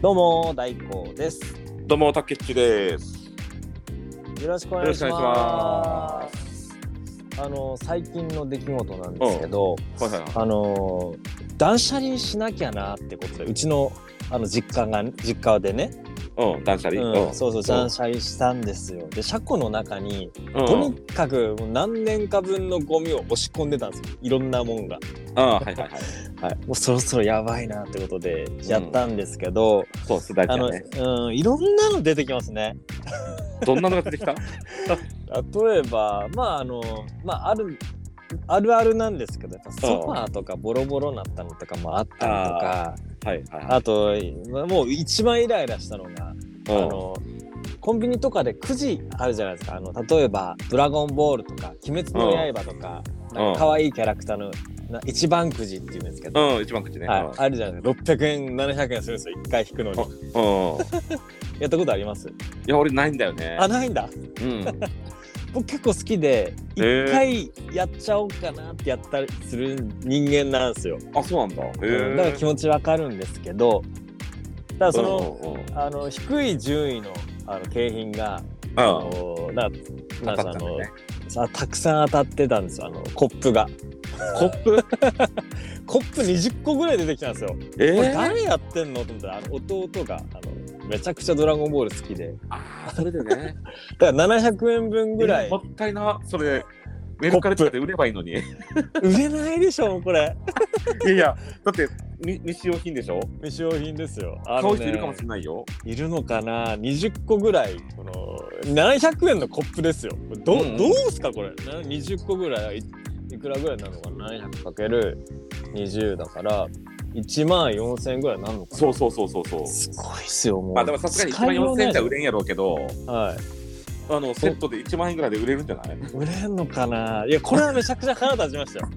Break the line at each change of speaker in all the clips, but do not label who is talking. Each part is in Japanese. どうも大光です。
どうも、たけっちです。
よろしくお願いします。あの最近の出来事なんですけど、
はいはいはい。
あの断捨離しなきゃなってことでうちのあの実家が実家でね、
うん、断捨離。
うん
うん、
そうそう断捨離したんですよ。で車庫の中に
うん、
とにかくもう何年か分のゴミを押し込んでたんですよいろんなもんが、
うん、はいはいはい。
はい、もうそろそろやばいなってことでやったんですけど、
そう、すだち
あ
ゃ
の、
んね。
うん、いろんなの出てきますね。
どんなのが出てきた
例えば、まああの、まあある、あるあるなんですけど、やっぱソファーとかボロボロになったのとかもあったりとか、
はいはい
あと、もう一番イライラしたのが、あ
はい。
の、コンビニとかでくじあるじゃないですか。あの、例えば、ドラゴンボールとか、鬼滅の刃とか、
うん
なんか可愛いキャラクターの、な一番くじっていうんですけど、
うん、うん、一番口ね。
はい、あるじゃないですか。600円、700円するんですよ、一回引くのに。
うん。うんい
やったことあります
や、俺ないんだよね。
あ、ないんだ。
うん。
僕結構好きで
え
一
ー
回やっちゃおうかなってやったりする人間なんですよ、
あ、そうなんだ。へ
う
え。
んだから気持ちわかるんですけどただからその,、
うんうんうん、
あの低い順位のあの景品が、あ
あ
のななんか
た
あ
った
の
のね。
さたくさん当たってたんですよあのコップが
コップ
コップ20個ぐらい出てきたんですよ、
え
これ
ー、
誰やってんのと思ったらあの弟があのめちゃくちゃ「ドラゴンボール」好きで
あーそれでね。
だから700円分 ぐらい
もったいな。それ、メルカリとかで売ればいいのに。い
売れないでしょもうこれ
やいや、だって、に日用品でしょ
未使用品ですよあ
買
の
う
ね
人いるかもしれないよ。
いるのかな20個ぐらいこの700円のコップですよど,、
うんうん
どうすかこれな20個ぐらいいいくらぐらいなのかな 700×20 だから1万4000円ぐらいなのか
そうそうそうそうそう
な。すごいっすよもう
まあでもさすがに1万4000円じゃ売れんやろうけど、
れは
あのセットで1万円ぐらいで売れるんじゃない
い売れんのかないやこれはめちゃくちゃ腹立ちましたよ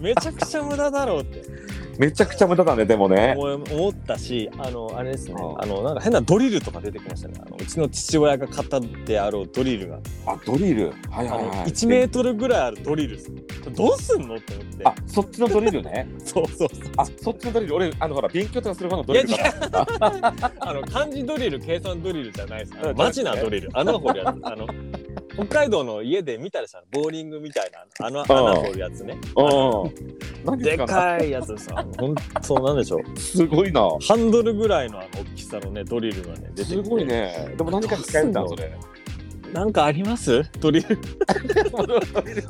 めちゃくちゃ無駄だろうって
めちゃくちゃ無駄だね、でもね。
思い思ったしあのあれですね
うん
あのなんか変なドリルとか出てきましたねあのうちの父親が買ったであろうドリルが
あ、ドリル。はい
あ
はい
の
はい。
1メートルぐらいあるドリルですどうすんのって思って
あ、そっちのドリルね。
そうそうそ
あ、そっちのドリル。俺、あの、ほら、勉強とかする方の
う
ド
いや
リ
違
ル
う
だ
あの漢字ドリル計算ドリルじゃないですあの
うん
マジなドリル穴掘るやつあの北海道の家で見たりしたのボーリングみたいなあの
ん
穴掘るやつね
うん。何
で
ですか
かいやつですあのほんとなんでしょう
すごいな。
ハンドルぐらいのあの大きさのねドリルがね出てきて
すごいね。でも何かに使えるんだ、
どうす
そ
んの
れ。
なんかありますドリル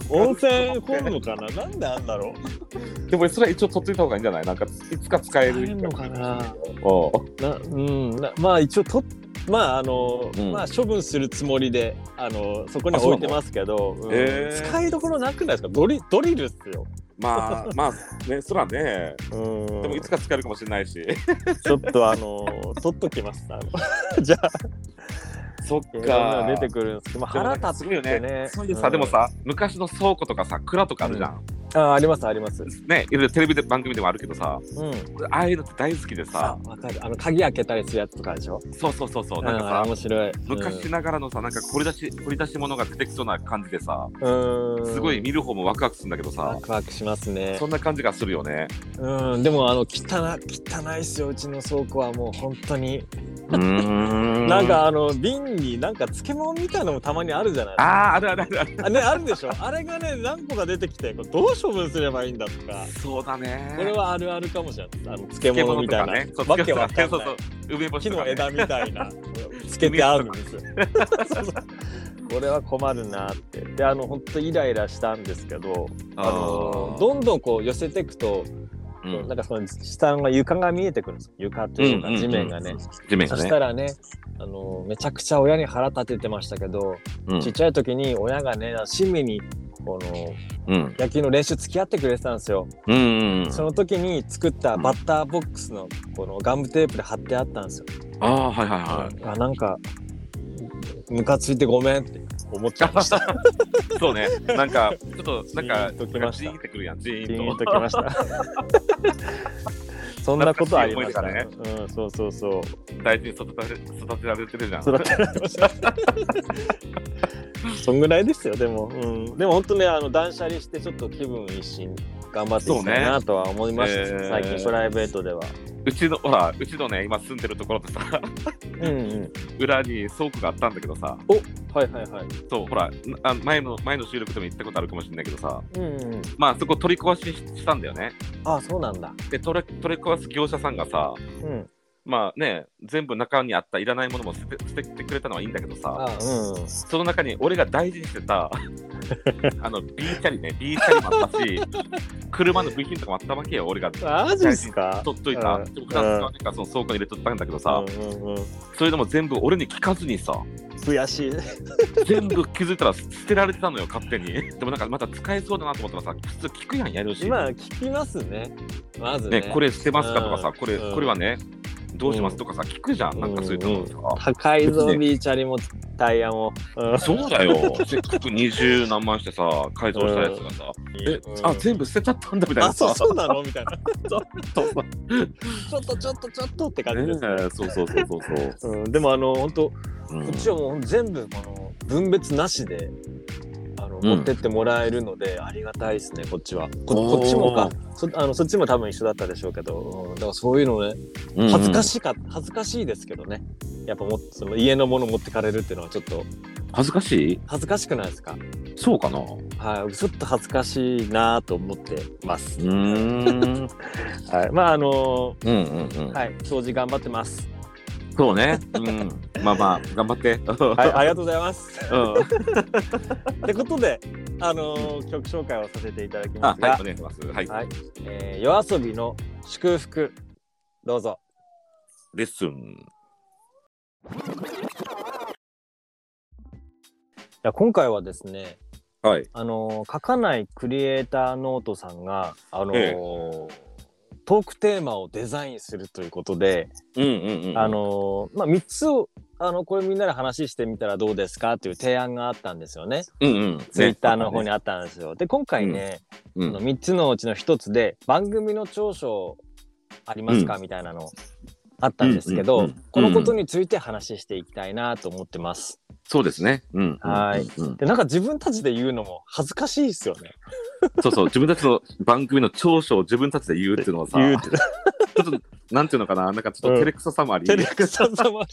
温泉掘
本
るのかななんであんだろう
でもそれは一応取っといた方がいいんじゃないなんか、いつか使える。
使えるのかな
お
なうんなまあ一応とまああの、
うん
まあ処分するつもりであのそこには
あそう
置いて
なの
ますけど、うん
へー
使いどころなくないですかドリドリルっすよ、
まあ、まあ、ね、そらね。
うん、
でもいつか使えるかもしれないし。
ちょっとあ の取っときますあのじゃあ
そっ
いろんな
か
の。出てくるんですけど、まあ、
でも
腹
なんか
立
す
つ
ごいよ
て
ね
ね。
そういう
う
さ、
ん
でもさ、昔の倉庫とかさ、蔵とかあるじゃん。
あありますあります
ね、いろいろテレビで番組でもあるけどさ、
うん
俺ああいうのって大好きで
あ
さ、
わかるあの鍵開けたりするやつとかでしょ
そうそうそうそう、
う
なんか
んあ
さ
れ、面白いうん
昔ながらのさ、なんか掘り出し、掘り出し物が出てきそうな感じでさ、
うん
すごい見る方もワクワクするんだけどさ
ワ、クワクしますね
そんな感じがするよ ね。
うんでもあの汚汚いっすようちの倉庫はもう本当に
うん
なん、かあの瓶になんか漬物みたいのもたまにあるじゃない
ああ、あるあるあるある。
あねあるでしょあれがね何個か出てきてこれどう処分すればいいんだとか
そうだね。
これはあるあるかもしれないあの漬物みたいな、
漬物
わ
とかね
けわかん
そう
な
そう
い
そう梅干
木
しとか
の
ね
枝みたいなつけてあるん ですよそうそうこれは困るなってであの本当イライラしたんですけどあのどんどんこう寄せていくと、
う
こうんなんかその下の床が見えてくるんですよ床というか地面がね、
うんうんうん地面が
そし
ね
たらね、あのめちゃくちゃ親に腹立ててましたけど、
うん
ちっちゃい時に親がね、親身にこの
うん
野球の練習付き合ってくれてたんですよ。
うんうん
その時に作ったバッターボックスのこのガムテープで貼ってあったんですよ。
ああはいはいは
あなんかムカついてごめんって思っ ちゃいました。
いそうねなんかちょっとなんか
ジーンときました
ジーンってくるやんジ
ピ
ー
ー
ン
ンと
と
きました。 そんなことありました
懐
ね。うん、そうそうそう。
大事に育てられ育てられてるじゃん
育てられました。そんぐらいですよ、でも。うん、でも本当ね、あの断捨離してちょっと気分一新頑張っていきたいなとは思いました、
そうね
最
えー
近プライベートでは。
うちのほらうちのね今住んでるところってさ
うんうん。
裏に倉庫があったんだけどさ
はいはいはい。
そうほらあ前の前の収録でも言ったことあるかもしれないけどさ
うんうん。
まあそこ取り壊ししたんだよね
あ、そうなんだ。
で取り取り壊す業者さんがさ
うん。
まあね全部中にあったいらないものも捨て捨ててくれたのはいいんだけどさ
あ、うん。
その中に俺が大事にして たあの B チャリね B チャリもあったし車の部品とかもあったわけよ俺が
マジっすか。
取っといた、
うん
でも普段使わないからその倉庫に入れとったんだけどさ、
うんうんうん。
それでも全部俺に聞かずにさ
悔しい。
全部気づいたら 捨てられてたのよ勝手にでもなんかまた使えそうだなと思ったらさ普通聞くやんやるし、
今聞きますね。まずね。
ね、これ捨てますかとかさ、
うん
これ
うん
これはねどうしますとかさ聞くじゃんなんかそういうのさ、
高いぞ
別に
ビーチャリもタイヤも。うん
そうだよせっかく二十何万してさ改造したやつがさ、え
うん
あ全部捨てちゃったんだみたいな
あ、
さ
そう そうなのみたいな。ちょっと、ちょっと、ちょっと、ちょっとって感じ
ね
です。
えそうそうそうそうそう
うん、でも、あの、本当、こ
うん
っちはもう全部、あの、分別なしで。あの、
うん
持ってってもらえるので、ありがたいですね、こっちは。
おー
こ、こっちもか、そ、あの、そっちも多分一緒だったでしょうけど、うん、だから、そういうのね、
うん
恥ずかしいか、恥ずかしいですけどね。やっぱ、もっ、その、家のもの持ってかれるっていうのは、ちょっと
恥ずかしい
恥ずかしくないですか。
そうかなう
はい、ちょっと恥ずかしいなと思ってます。
ーん
はい、まあ、あの
うんうんうん
はい、掃除頑張ってます。
そうね。うん。まあまあ、頑張って。
はい、ありがとうございます。
うん。
ってことで、あのー曲紹介をさせていただきま
あ
す、が、
はい、お願いします。はい。
はいえー夜遊びの祝福、どうぞ。
レッスン。
いや今回はですね、
はい。
あのー書かないクリエイターノートさんが、あのー
え
トークテーマをデザインするということで、
うんうんうん。
あ、のーまあ、3つをあのこれみんなで話してみたらどうですかという提案があったんですよね
うんうん。
ツイッターの方に
ね。
あったんですよ。で今回ね、
う
あの
ん。
3つのうちの1つで番組の長所ありますか、みたいなのあったんですけど、
うんうんうん
このことについて話していきたいなと思ってます。
そうですね。うん。
はい
うん。
でなんか自分たちで言うのも恥ずかしいですよね。
そうそう。自分たちの番組の長所を自分たちで言うっていうのはさ、
言う
ちょっと、なんていうのかな、なんかちょっと照れくささもあり。
照れくささもあっ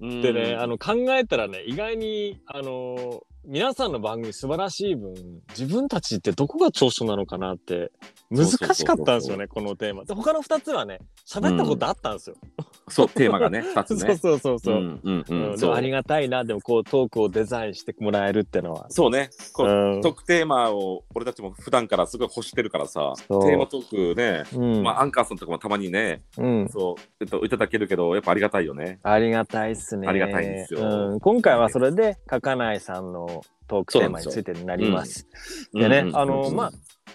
うん
てね、あの考えたらね意外にあの皆さんの番組素晴らしい分自分たちってどこが長所なのかなって難しかったんですよねこのテーマ。で他の2つはね喋ったことあったんですよ。
そう、テーマがね、2つ
そう
ね。
そうそうそう。
んうん
うん
うん。
で
そ
もあり
う。
がたいなでもこうトークをデザインしてもらえるってのは
そうね。こう
うん
特テーマを俺たちも普段からすごい欲してるからさ、テ
そう
ーマトークね、
うん
まあアンカーさんとかもたまにね、
うん
そう、えっと、いただけるけど、やっぱありがたいよね。
ありがたいっすね
ありがたいですよ
うん、今回はそれで書かないさんのトークテーマについてになりますでね、あのまあ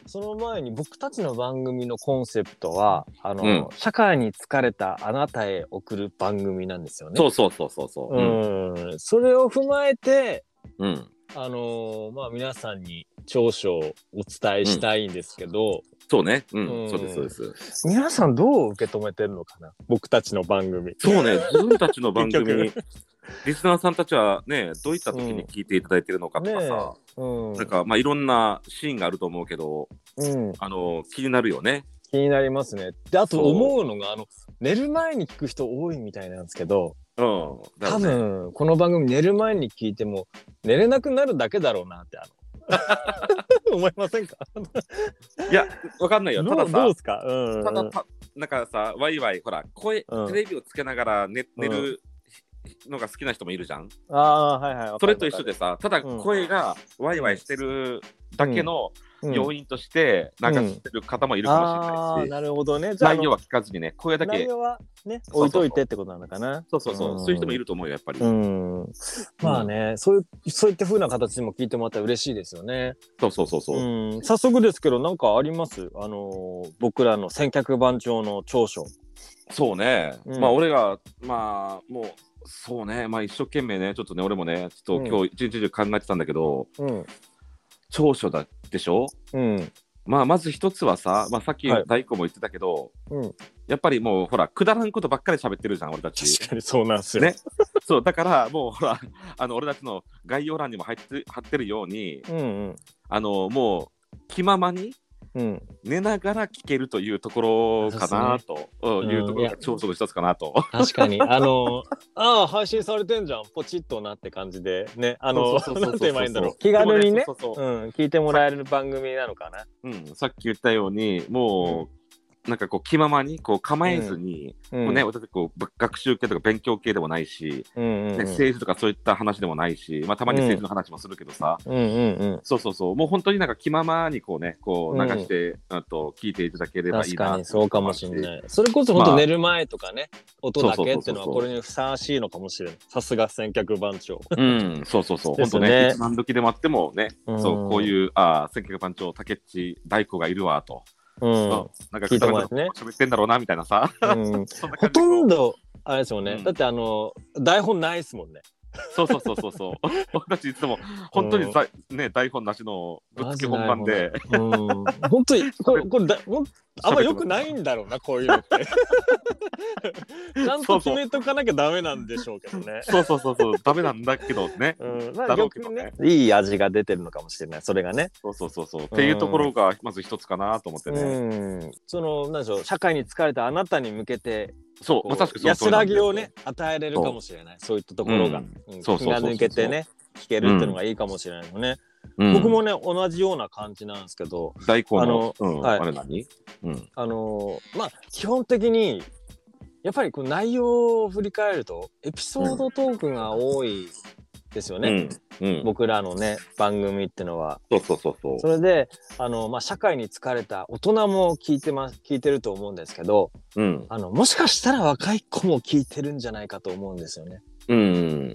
その前に僕たちの番組のコンセプトはあの、
うん
社会に疲れたあなたへ送る番組なんですよね
そうそうそうそうそう。うん
うん、それを踏まえて
うん、
あのまあ皆さんに長所をお伝えしたいんですけど、
そうね、うん、
うん
そうです、そうです。
皆さんどう受け止めてるのかな僕たちの番組
そうね、自分たちの番組に
結、
リスナーさんたちはね、どういった時に聞いていただいてるのかとかさ、
えうん
なんか、まあ、いろんなシーンがあると思うけど、
うん、
あの気になるよね。
気になりますねであ
そ
と
う
思うのがあの寝る前に聞く人多いみたいなんですけど
うん、だよ
多
ね
分この番組寝る前に聞いても寝れなくなるだけだろうなってあ の思いませんか
いや、わかんないよ。た
ど
だ
うどう
さ
で、すかうんうん
ただた、なんかさ、ワイワイ、ほら、声、
うん
テレビをつけながら寝寝
う
るのが好きな人もいるじゃん。
ああーはいはいわ
そ
かる
れと一緒でさ、ただ
うん
声がワイワイしてるだけ
うん
の要因として、なんか知ってる方もいるかも
あー
しれないし、
なるほどねじゃああ
内
の
容は聞かずにね、声だ
内
け、
容はね
そう
置
そ
い
うそう
といてってことなのかな
そうそうそう、
うん
そういう人もいると思うよ、やっぱり。
うんまあね、そういうそういった風な形でも聞いてもらったら嬉しいですよね。
そうそうそうそう。
うん、早速ですけど、なんかあります。あのー僕らの千客番長の長所。
そうね、
うん
まあ俺が、まあもう、そうね、まあ一生懸命ね、ちょっとね、俺もね、ちょっと今日一日中考えてたんだけど、
うん、
長所だでしょ
うん、
まあまず一つはさ、まあ、さっき
はい
大工も言ってたけど、
うん
やっぱりもうほらくだらんことばっかり喋ってるじゃん俺たち。
確かにそうなんですよ。
ね、そうだからもうほらあの俺たちの概要欄にも入って貼ってるように
うん、うん、
あのもう気ままに
うん。
寝ながら聞けるというところかなと、うんいうところが長所の一つかなと。
確 かに。あの、ああ、配信されてんじゃん。ポチッとなって感じで。ね。あの、
そうそうそう
な
そ
んて
う
言えばいいんだろう。気軽にね
そ。うそうそう
うん、聞いてもらえる番組なのかな。
うん、さっき言ったようにもう、なんかこう気ままにこう構えずに、
う
もうね、私こうぶ学習系とか勉強系でもないし、
うんうんう
ね
ん。
政治とかそういった話でもないし、まあ、たまに政治の話もするけどさ、
うんうんうん。
そうそうそうもう本当になんか気ままにこうねこう流して、あと聞いていただければいい
確
な
かにそうかもしれ
い。
ない。それこそ本
ま
当
あ
寝る前とかね、音だけっていうのは
そうそうそうそう
これにふさわしいのかもしれない。さすが先客番長。
うん、そうそうそう、
で
本
す
当
ね
ね、一番時でもあってもね、 そうこう
う
いう、ああ、千景番長、竹内大子がいるわと、
ん。うん
そうなんか、
聞いてもら
ら
ってね
喋ってんだろうなみたい なさ、
うん。
そんな
ほと
感じでこうん
ど、あれですもんね。
うん
だってあの、台本ないですもんね。
そうそうそうそうそう。 僕たちいつも本当にざ、ね台本なしのぶっつけ本番で
うん。本当に、これ、これだ、ほんあんま良くないんだろうな、こういうの って。ちゃんと決めとかなきゃダメなんでしょうけどね。
そうそうそうそうダメなんだけどね。
うん、ま
だろうけどね。
いい味が出てるのかもしれない、それがね。
そうそうそうそうっていうところがまず一つかなと思ってね。
うん、その、なんでしょう、社会に疲れたあなたに向けて、
そう
こう
まさしくその
安
通りな
ら
んです
ぎ
よ
をね、与えれるかもしれない、そういったところが。
うん
うん
そうそうそう
気が抜けてね、聞けるっていうのがいいかもしれないのね。
うん
僕もね、同じような感じなんですけど、
大根の
あの
うん
はい
あれ何？うん
あのーまあ基本的にやっぱりこう内容を振り返るとエピソードトークが多いですよね、
うんうん
僕らのね番組ってのは。
そうそうそうそう
それであの、まあ、社会に疲れた大人も聞いてます聞いてると思うんですけど
うん
あのもしかしたら若い子も聞いてるんじゃないかと思うんですよね。
うん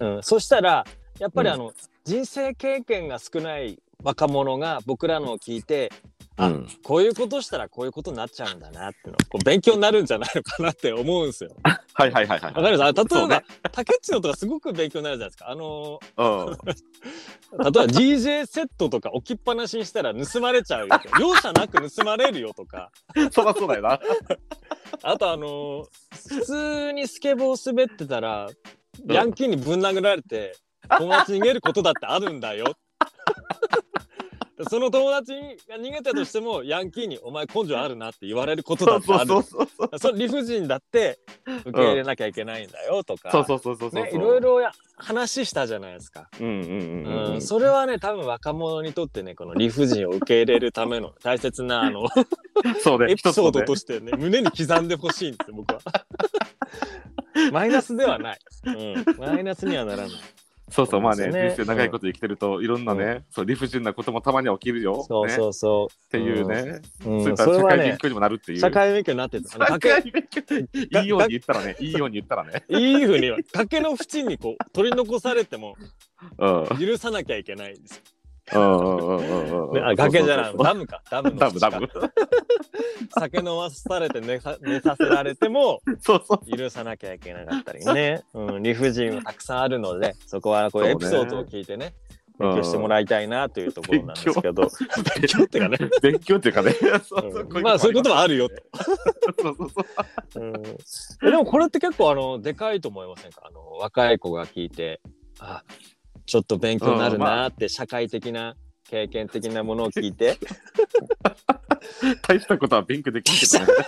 うん、そしたらやっぱり
うん
あの、人生経験が少ない若者が僕らのを聞いてあ
うん
こういうことしたらこういうことになっちゃうんだなっていうのこう勉強になるんじゃないのかなって思うんですよ。わ
はいはいはいはい。
かりますあの例え
そうね
ば、竹内のとかすごく勉強になるじゃないですか。あの
うん
ー例えば DJ セットとか置きっぱなしにしたら盗まれちゃうよとか容赦なく盗まれるよとか
そりゃそうだよな。
あとあのー普通にスケボー滑ってたら
うん
ヤンキーにぶん殴られて友達逃げることだってあるんだよ。 その友達が逃げたとしてもヤンキーに「お前根性あるな」って言われることだってあるんだ
そ
よ
うそうそう
それ理不尽だって受け入れなきゃいけないんだよとか、
そうそうそうそうそう
ね、いろいろや話したじゃないですか、
うんうん
う
うん
ん
うん
それはね多分若者にとってねこの理不尽を受け入れるための大切なあの
そうね
エピソー
一つの
ド
ね
としてね胸に刻んでほしいんですよ 僕は。マイナスではない、うん、マイナスにはならない
そうそう、まあね、
そうですね
人生長いこと生きてると、いろんなね、
う
そう理不尽なこともたまには起きるよ。
そう
ね
そうそ
っていうね、
う、うん
そういった
それ
社
は
会勉
ね
強にもなるっていう。
社会勉強になってるあの
社
竹
会勉強いいように言ったら ね、いいように言ったらね。
いいふうには崖の縁にこう取り残されても
うん。うん
許さなきゃいけないんですよ
うんうんうんう
ね
ん。
あ崖じゃない
そう
ダムかダムの
そうそ
口
う。
か
ダブダ
酒飲まされて寝さ寝させられても
ブ。そうそう。
許さなきゃいけなかったりね、うん、理不尽はたくさんあるのでそこはこう
そう
エ
ね
ピソードを聞いてね
うん
勉強してもらいたいなというところなんですけど勉強ってかね、
勉強っていうかね。 そうそう
うんまあそういうこともあるよ。と、
そうそうそう。
うんえでもこれって結構あのでかいと思いませんかあの若い子が聞いてあちょっと勉強になるなーって社会的な経験的なものを聞いて
大したことは勉強できんけどね。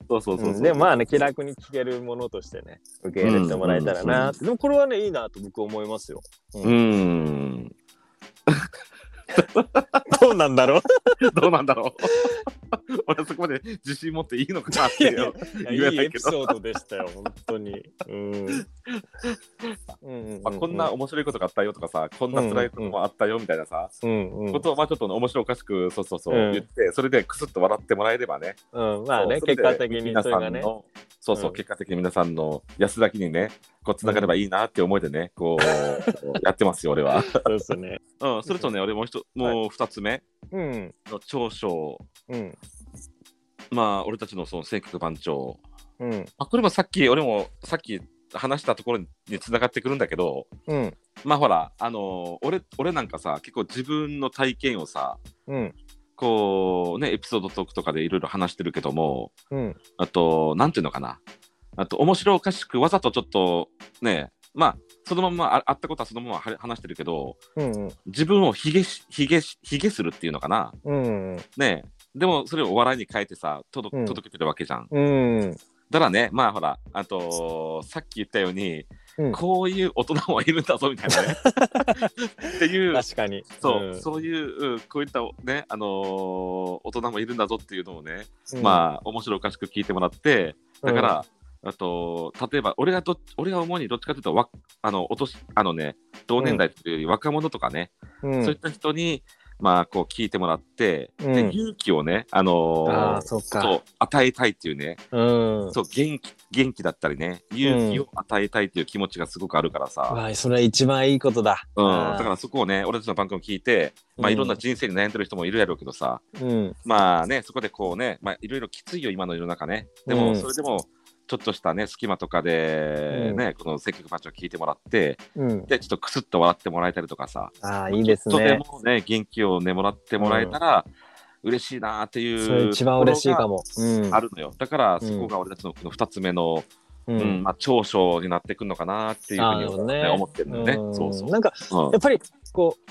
そうそうそううそ
ん
う。
でもまあね気楽に聞けるものとしてね受け入れてもらえたらなって、でもこれはねいいなと僕思いますよ。
うん。
どうなんだろう
どうなんだろう。 俺はそこまで自信持っていいのかなって
い
い
や
う。
いや
言え
いい
ない
エ
け
ピ
ど
ソードでしたよ本当に。うん うんうんうん
まあ、こんな面白いことがあったよとかさ、こんな辛いこともあったよみたいなさ、
うんうん
ことをまあちょっと面白おかしく、そうそうそう、
うん
言って、それでクスッと笑ってもらえればね、
うん、まあね
そうそれ
結
で
果的に
皆
そ
さ
れが
ん
ね。
の、そうそう、
うん
結果的に皆さんの安らぎにね、こうつながればいいなって思いで ね、こう、やってますよ、俺は。
そうですね。
うん、それとね、俺もう一つ、もう二つ目
うん
の長所、
うん
まあ、俺たちのその性格番長、
うん
まあ、これもさっき、俺もさっき話したところにつながってくるんだけど、
うん
まあほら、あのー俺、俺なんかさ、結構自分の体験をさ、
うん
こうねエピソードトークとかでいろいろ話してるけども
うん
あとなんていうのかなあと面白おかしくわざとちょっとねまあそのまんまあ会ったことはそのままは話してるけど
うん
自分をひげしひげしひげするっていうのかな
うん
ねえでもそれをお笑いに変えてさ届
うん
届けてるわけじゃん、
うん
だからねまあほらあとさっき言ったように、
うん
こういう大人もいるんだぞみたい なねっていう
確かに
そう、そういう、うんこういったね、あのー大人もいるんだぞっていうのをね、
うん
まあ、面白おかしく聞いてもらって、だから、あと、例えば、俺がどっ、俺が主にどっちかというと、わあの、お年、あのね、同年代というより若者とかね、
うんうん
そういった人に、まあ、こう聞いてもらって、
うん
で、勇気をね、あのー
ああそっか
そう与えたいっていうね、
うん
そう元気元気だったりね勇気を与えたいっていう気持ちがすごくあるからさ、
まあそれは一番いいことだ
うん
あー
だからそこをね俺たちの番組を聞いて、まあ、いろんな人生に悩んでる人もいるやろうけどさ、
うん
まあね、そこでこうね、まあ、いろいろきついよ、今の世の中ね。で
う
も、
ん
それでも、ちょっとしたね、隙間とかで、ね、この積極パンチを聞いてもらって、
うん
で、ちょっとくすっと笑ってもらえたりとかさ、
ああいいです
とて
ね
もね、元気をね、もらってもらえたら、嬉しいなっていう。
それ一番嬉しいかもうん
あるのよ。だから、
うん
そこが俺たちのこの2つ目の、
う
うんん、まあ、長所になってくるのかなっていうふうに
あ
俺はね
ーなるほどね
思ってるのよね。
ん
そうそう。
なんか
うん
やっぱりこう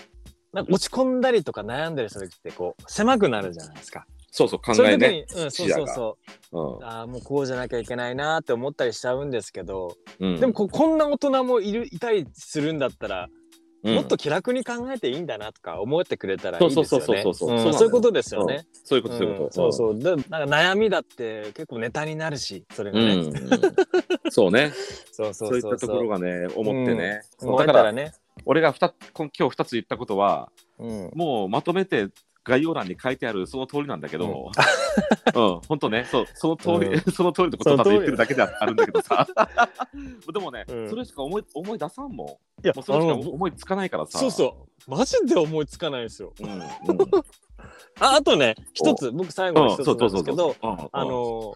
なんか落ち込んだりとか悩んだりする時ってこう狭くなるじゃないですか。
そうそう、考
そうい
え
う
ね。
時に、うん、そ
視
う
野
そ
が
うそう
うん
ああもうこうじゃなきゃいけないなーって思ったりしちゃうんですけど、
うん
でもこうこんな大人もいるいたりするんだったら、
うん
もっと気楽に考えていいんだなとか思ってくれたらい
そう
い
そう
です
そ
よ
うそう
ね。
そうそ
うんそうい
うそうなのよ
うことですよね。
そういうこと、そういうこ
うん
と。
そうそうでなんか悩みだって結構ネタになるしそれがね、
うん、そうね
そうそ
そう
うそう
いったところがね思ってね、そう
思え
だ
た
から
らね、
俺がふた今今日2つ言ったことは
うん、
もうまとめて概要欄に書いてあるその通りなんだけど、 うん本当ねそうその通り、
う
その通りのことをただ
その通
言って
り
るだけであるんだけど さでもね、
うん
それしか思い思い出さんもんも
いや
うそれしか
あの
思いつかないからさ
そうそうマジで思いつかないですよ。
う、 うんうん、
ああとね一つ僕最後の一つなんですけど、
うんうん
あのー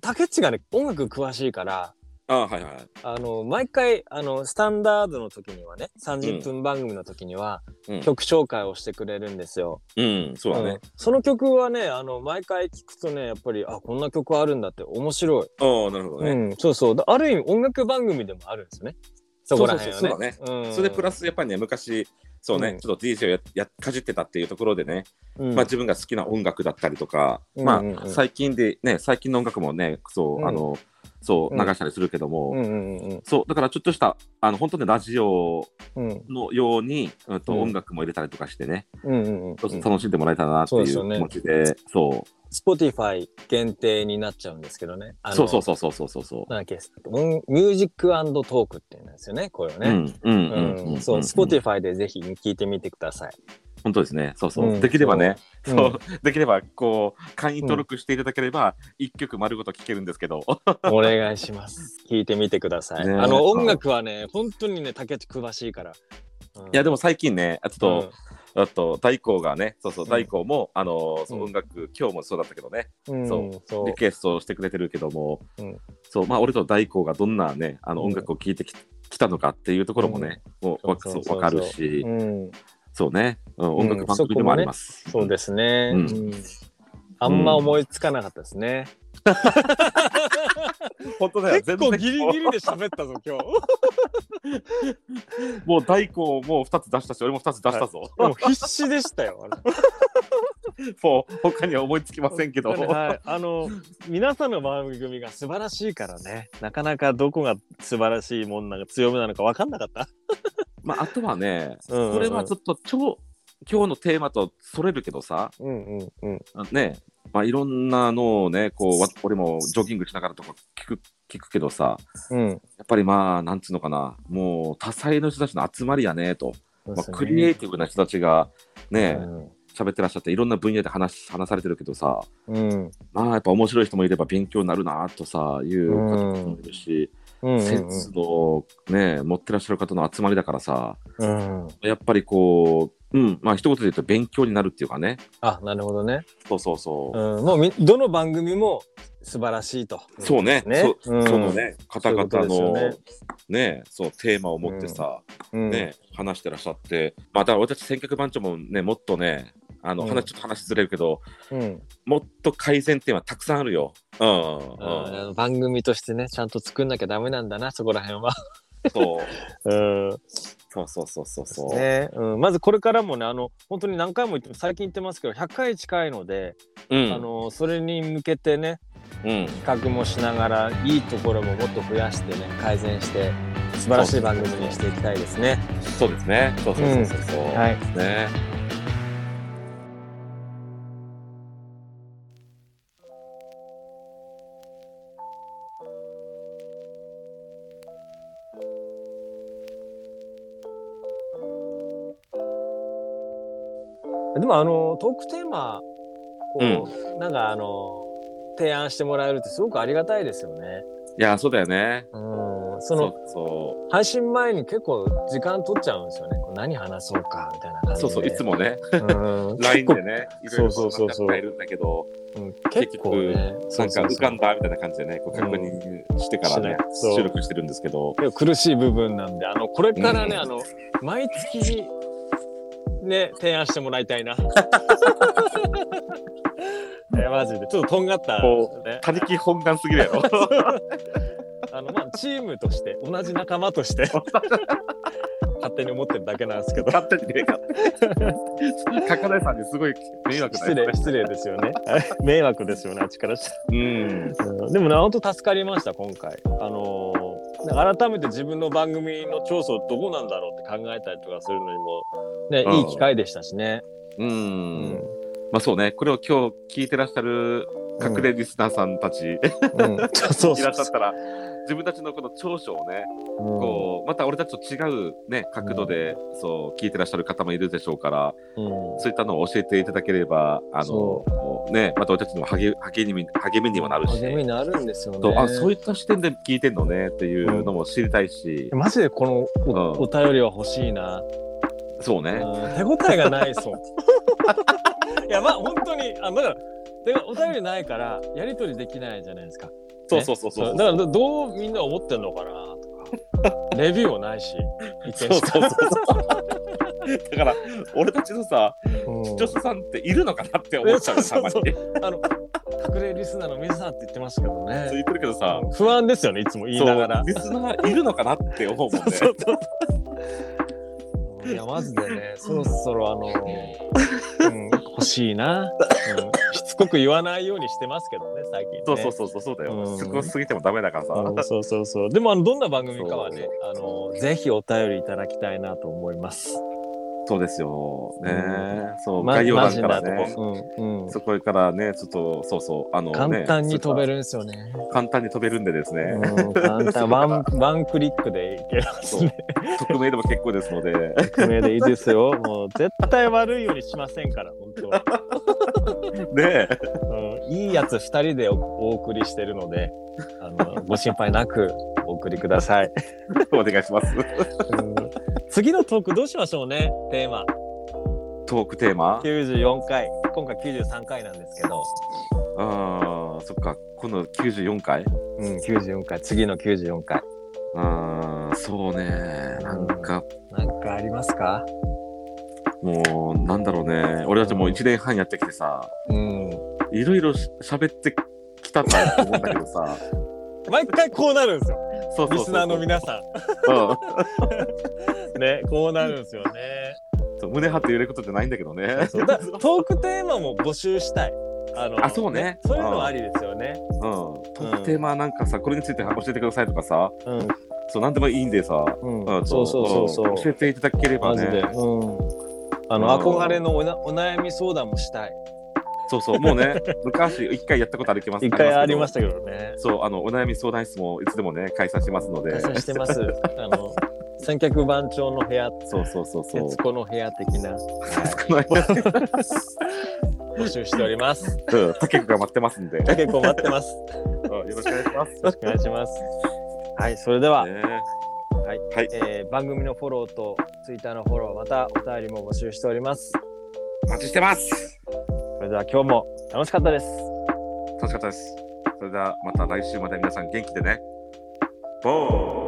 竹内がね音楽詳しいから
あはいはい
あのー毎回あのスタンダードの時にはね
うん
30分番組の時には、
うん
曲紹介をしてくれるんですよ。
うんそうだ
う
ね
ん、その曲はねあの毎回聞くとねやっぱりあこんな曲あるんだって面白い。
ああなるほどね、
うん、そうそうだある意味音楽番組でもあるんですよね。そこら辺はね。
そうそう
だね
それでプラ
ス、
スやっぱりね昔そうね、
うん
ちょっと DJ をややかじってたっていうところでね、
うん
まあ、自分が好きな音楽だったりとか、
うん
まあ、
うんうん
最近でね最近の音楽もねそう、
うん
あのそ
う
う
ん
流したりするけども、
うんうんうん
そうだからちょっとしたあの本当にラジオ
うんうん
のように、うんと
うん
音楽も入れたりとかしてね、
うんうんうん。
そうそう楽しんでもらえたらなってい
そうです
う
よね
気持ちで、そう
Spotify 限定になっちゃうんですけどね。あの
そうそうそうそうそうそうそ
なんだっけ、音ミュージックトークっていうんですよね、これを
う。う
ね。
んうん
う
うんうん
ん、そう、Spotify でぜひ聞いてみてください。
本当ですねそうそう、
うん
できればね
そう
そう、できればこう会員登録していただければ一曲丸ごと聴けるんですけど、
お願いします。聞いてみてください。
ね
あの、音楽はね、本当にね、竹内詳しいから。うん
いやでも最近ね、あちょっ
う
と、あと大光がね、そうそう
うん
大光も、あのーそう
うん
音楽今日もそうだったけどね、
ん、
そ
うんそ
リクエストをしてくれてるけども、
うん
そうまあ俺と大光がどんなねあの
うん
音楽を聴いてき,、たのかっていうところもね、もうわ
そう
そ
そう
う
そう
わかるし、
う。うん、
そうね、うん、音楽番組でもあります。
そうですね。
うん
うんあんま思いつかなかったですね。
本当だよ。
結構
全然
ギリギリで喋ったぞ、今日。
もう大光も2つ出したし、俺も2つ出したぞ。
でも必死でしたよ。あれ
もう他には思いつきませんけど。
はい、あの皆さんの番組が素晴らしいからねなかなかどこが素晴らしいもんなのか強みなのか分かんなかった
まああとはね、
うんうんうん
これはちょっと超今日のテーマとそれるけどさ、
うんうんうん
ね、まあ、いろんなのをね、こう、わ俺もジョギングしながらとか聞く、聞くけどさ、
うん
やっぱりまあ、なんつうのかな、もう多彩の人たちの集まりやね、と。
そう
ま
で
あ、
すね
クリエイティブな人たちがね、
うん
喋ってらっしゃって、いろんな分野で話し、話されてるけどさ、
うん
まあ、やっぱ面白い人もいれば勉強になるな、とさ、いう方もいるし、
うん
センスのね、持ってらっしゃる方の集まりだからさ、
うん
やっぱりこう、うん、まあ、一言で言うと勉強になるっていうかね、
あなるほどね、
そうそうそう
う。ん、もうみどの番組も素晴らしいと
そうね、
ね
そ
うん
そのね、方
そうい
々
うこと
の
ですよね
ねそうテーマを持ってさ、
うん
ね、話してらっしゃって、まあ、だから私、選曲番長もね、もっとね、あの
うん
話ちょっと話ずれるけど、
うん
もっと改善点はたくさんあるよ。うん、うん
うん番組としてねちゃんと作んなきゃダメなんだなそこら辺は
そ う
うん
そうそうそうそうそう。
ねうん、まずこれからもねあの本当に何回も言って最近言ってますけど100回近いので、
うん、
あのそれに向けてね
うん、
企画もしながらいいところももっと増やしてね改善して素晴らしい番組にしていきたいですね。
そうですね。そうそうそうそうそう、
はい
ですね。
でもあのトークテーマこう、なんかあの提案してもらえるってすごくありがたいですよね。
いや、そうだよね。
うん、そ
そう
の
そ
配信前に結構時間取っちゃうんですよね。こう何話そうかみたいな感
う。
じで。
そうそう、いつもね、
うん
LINE でね、いろいろ
そうそうそうそう
考えるんだけど、
うん結構ね、
なんか浮か
ん
んだみたいな感じでね、こう確認してからね、
うんそう
収録してるんですけど、
でも苦しい部分なんであのこれからね、
うん
あの毎月ね提案してもらいた いな。えマジでちょっととんがった、
こ
ね、
他力本願すぎるやろ。
あのまあチームとして同じ仲間として 勝手に思ってるだけなんですけど
勝手にね、高台さんにすごい迷惑だ
失
よね
礼失礼ですよね迷惑ですよねあっちからしたら
うん。
うんでもね、本当助かりました、今回。あのー改めて自分の番組の調査どこなんだろうって考えたりとかするのにも、ね、
うん
いい機会でしたしね。
う。
うん
まあそうね、これを今日聞いてらっしゃる隠れリスナーさんた
う
ち、
ん、 そうそう
い
そ
ら
う
っしゃったら、自分たちのこの長所をね、こう、また俺たちと違うね、角度で、そう、聞いてらっしゃる方もいるでしょうから、
うん
そういったのを教えていただければ、あ
そ
の、ね、また俺たちの励励み励みにもなるし、
励みになるんですよね。
そうあ、そういった視点で聞いてんのねっていうのも知りたいし、
マジでこのお,、
うん
便りは欲しいな。
そう
うん
ね。
手応えがないそう。 いや、まあ、本当に、あ、だから、でお便りないから、やりとりできないじゃないですか。
そうそうそうそう。
そうだから、どうみんな思ってんのかなとか、レビューもないし、意見
そうそうそうそう。だから、俺たちのさ、
うん
女子さんっているのかなって思っちゃうよ、
そ
た
うそ
ま
う
に。
そ
そうう
あの隠れリスナーの皆さんって言ってますけどね
言ってるけどさ、
不安ですよねいつも言いながら
そうリスナーいるのかなって思うもんね。
そうそうそういやマジでねそろそろあの、うん、欲しいな、うん、しつこく言わないようにしてますけどね最近ね
そうそうそうそうそうだ
う
よ。
ん
すごすぎてもダメだからさ。
うんそうそうそうでもあのどんな番組かはねあのぜひお便りいただきたいなと思います
そうですよ。ね、
う
そう、
ま
概要
マ
欄
ジ
か
な
ら
と
ね。
こ、うんうん、
そこからね、ちょっと、そうそう、あの、ね、
簡単に飛べ
る。
るんですよね
簡単に飛べるんでですね、
うん簡単ワンワンクリックでいけますね
匿名でも結構ですので、
匿名でいいです よ。もう絶対悪いようにしませんから、本当は。
ね、
うん、いいやつ二人でおお送りしてるので、あのご心配なくお送りください。
お願いします。
うん次のトークどうしましょうね、テーマ。
トークテーマ
94回、今回93回なんですけど、
あーそっか、今度94回
うん、94回、次の94回。
あーそうね、なんか、
なんかありますか
もう、なんだろうね、俺たちもう1年半やってきてさ、
うん。
いろいろし喋ってきたとは思うんだけど さ、
毎回こうなるんですよ、
そうそうそう
リスナーの皆さ
うん
ん。ね、こうなるんですよね。
そう胸張って言えることじゃないんだけど ね。
そうだからトークテーマも募集したい。あの
あそうね
そういうのはありですよね。
うん、トークテーマなんかさ、これについて教えてくださいとかさ、
うん、
そう、なんでもいいんでさ、
うん
ん
そうそうそうそうん
教えていただければ
マジで、
ね。
うん、あ
うん
の憧れのおなお悩み相談もしたい
そうそう、もうね、 昔一回やったことあります
一回ありま
し
したけどね
た。そう、あの、お悩み相談室もいつでもね、開催しますので
開。催してますあの三脚番長の部屋
そうそうそうそう。
徹子の部屋的な
少ないな。
募集しております
うん、タケコが待ってますんで。うんよ
結構待ってます
ろしくお願いします。
よろしくお願いしますはいそれでは、
ね
はい
はい、
えー番組のフォローとツイッターのフォローまたお便りも募集しております
お待ちしてます。
それでは今日も楽しかったです
楽しかったです。それではまた来週まで皆さん元気でね。ボー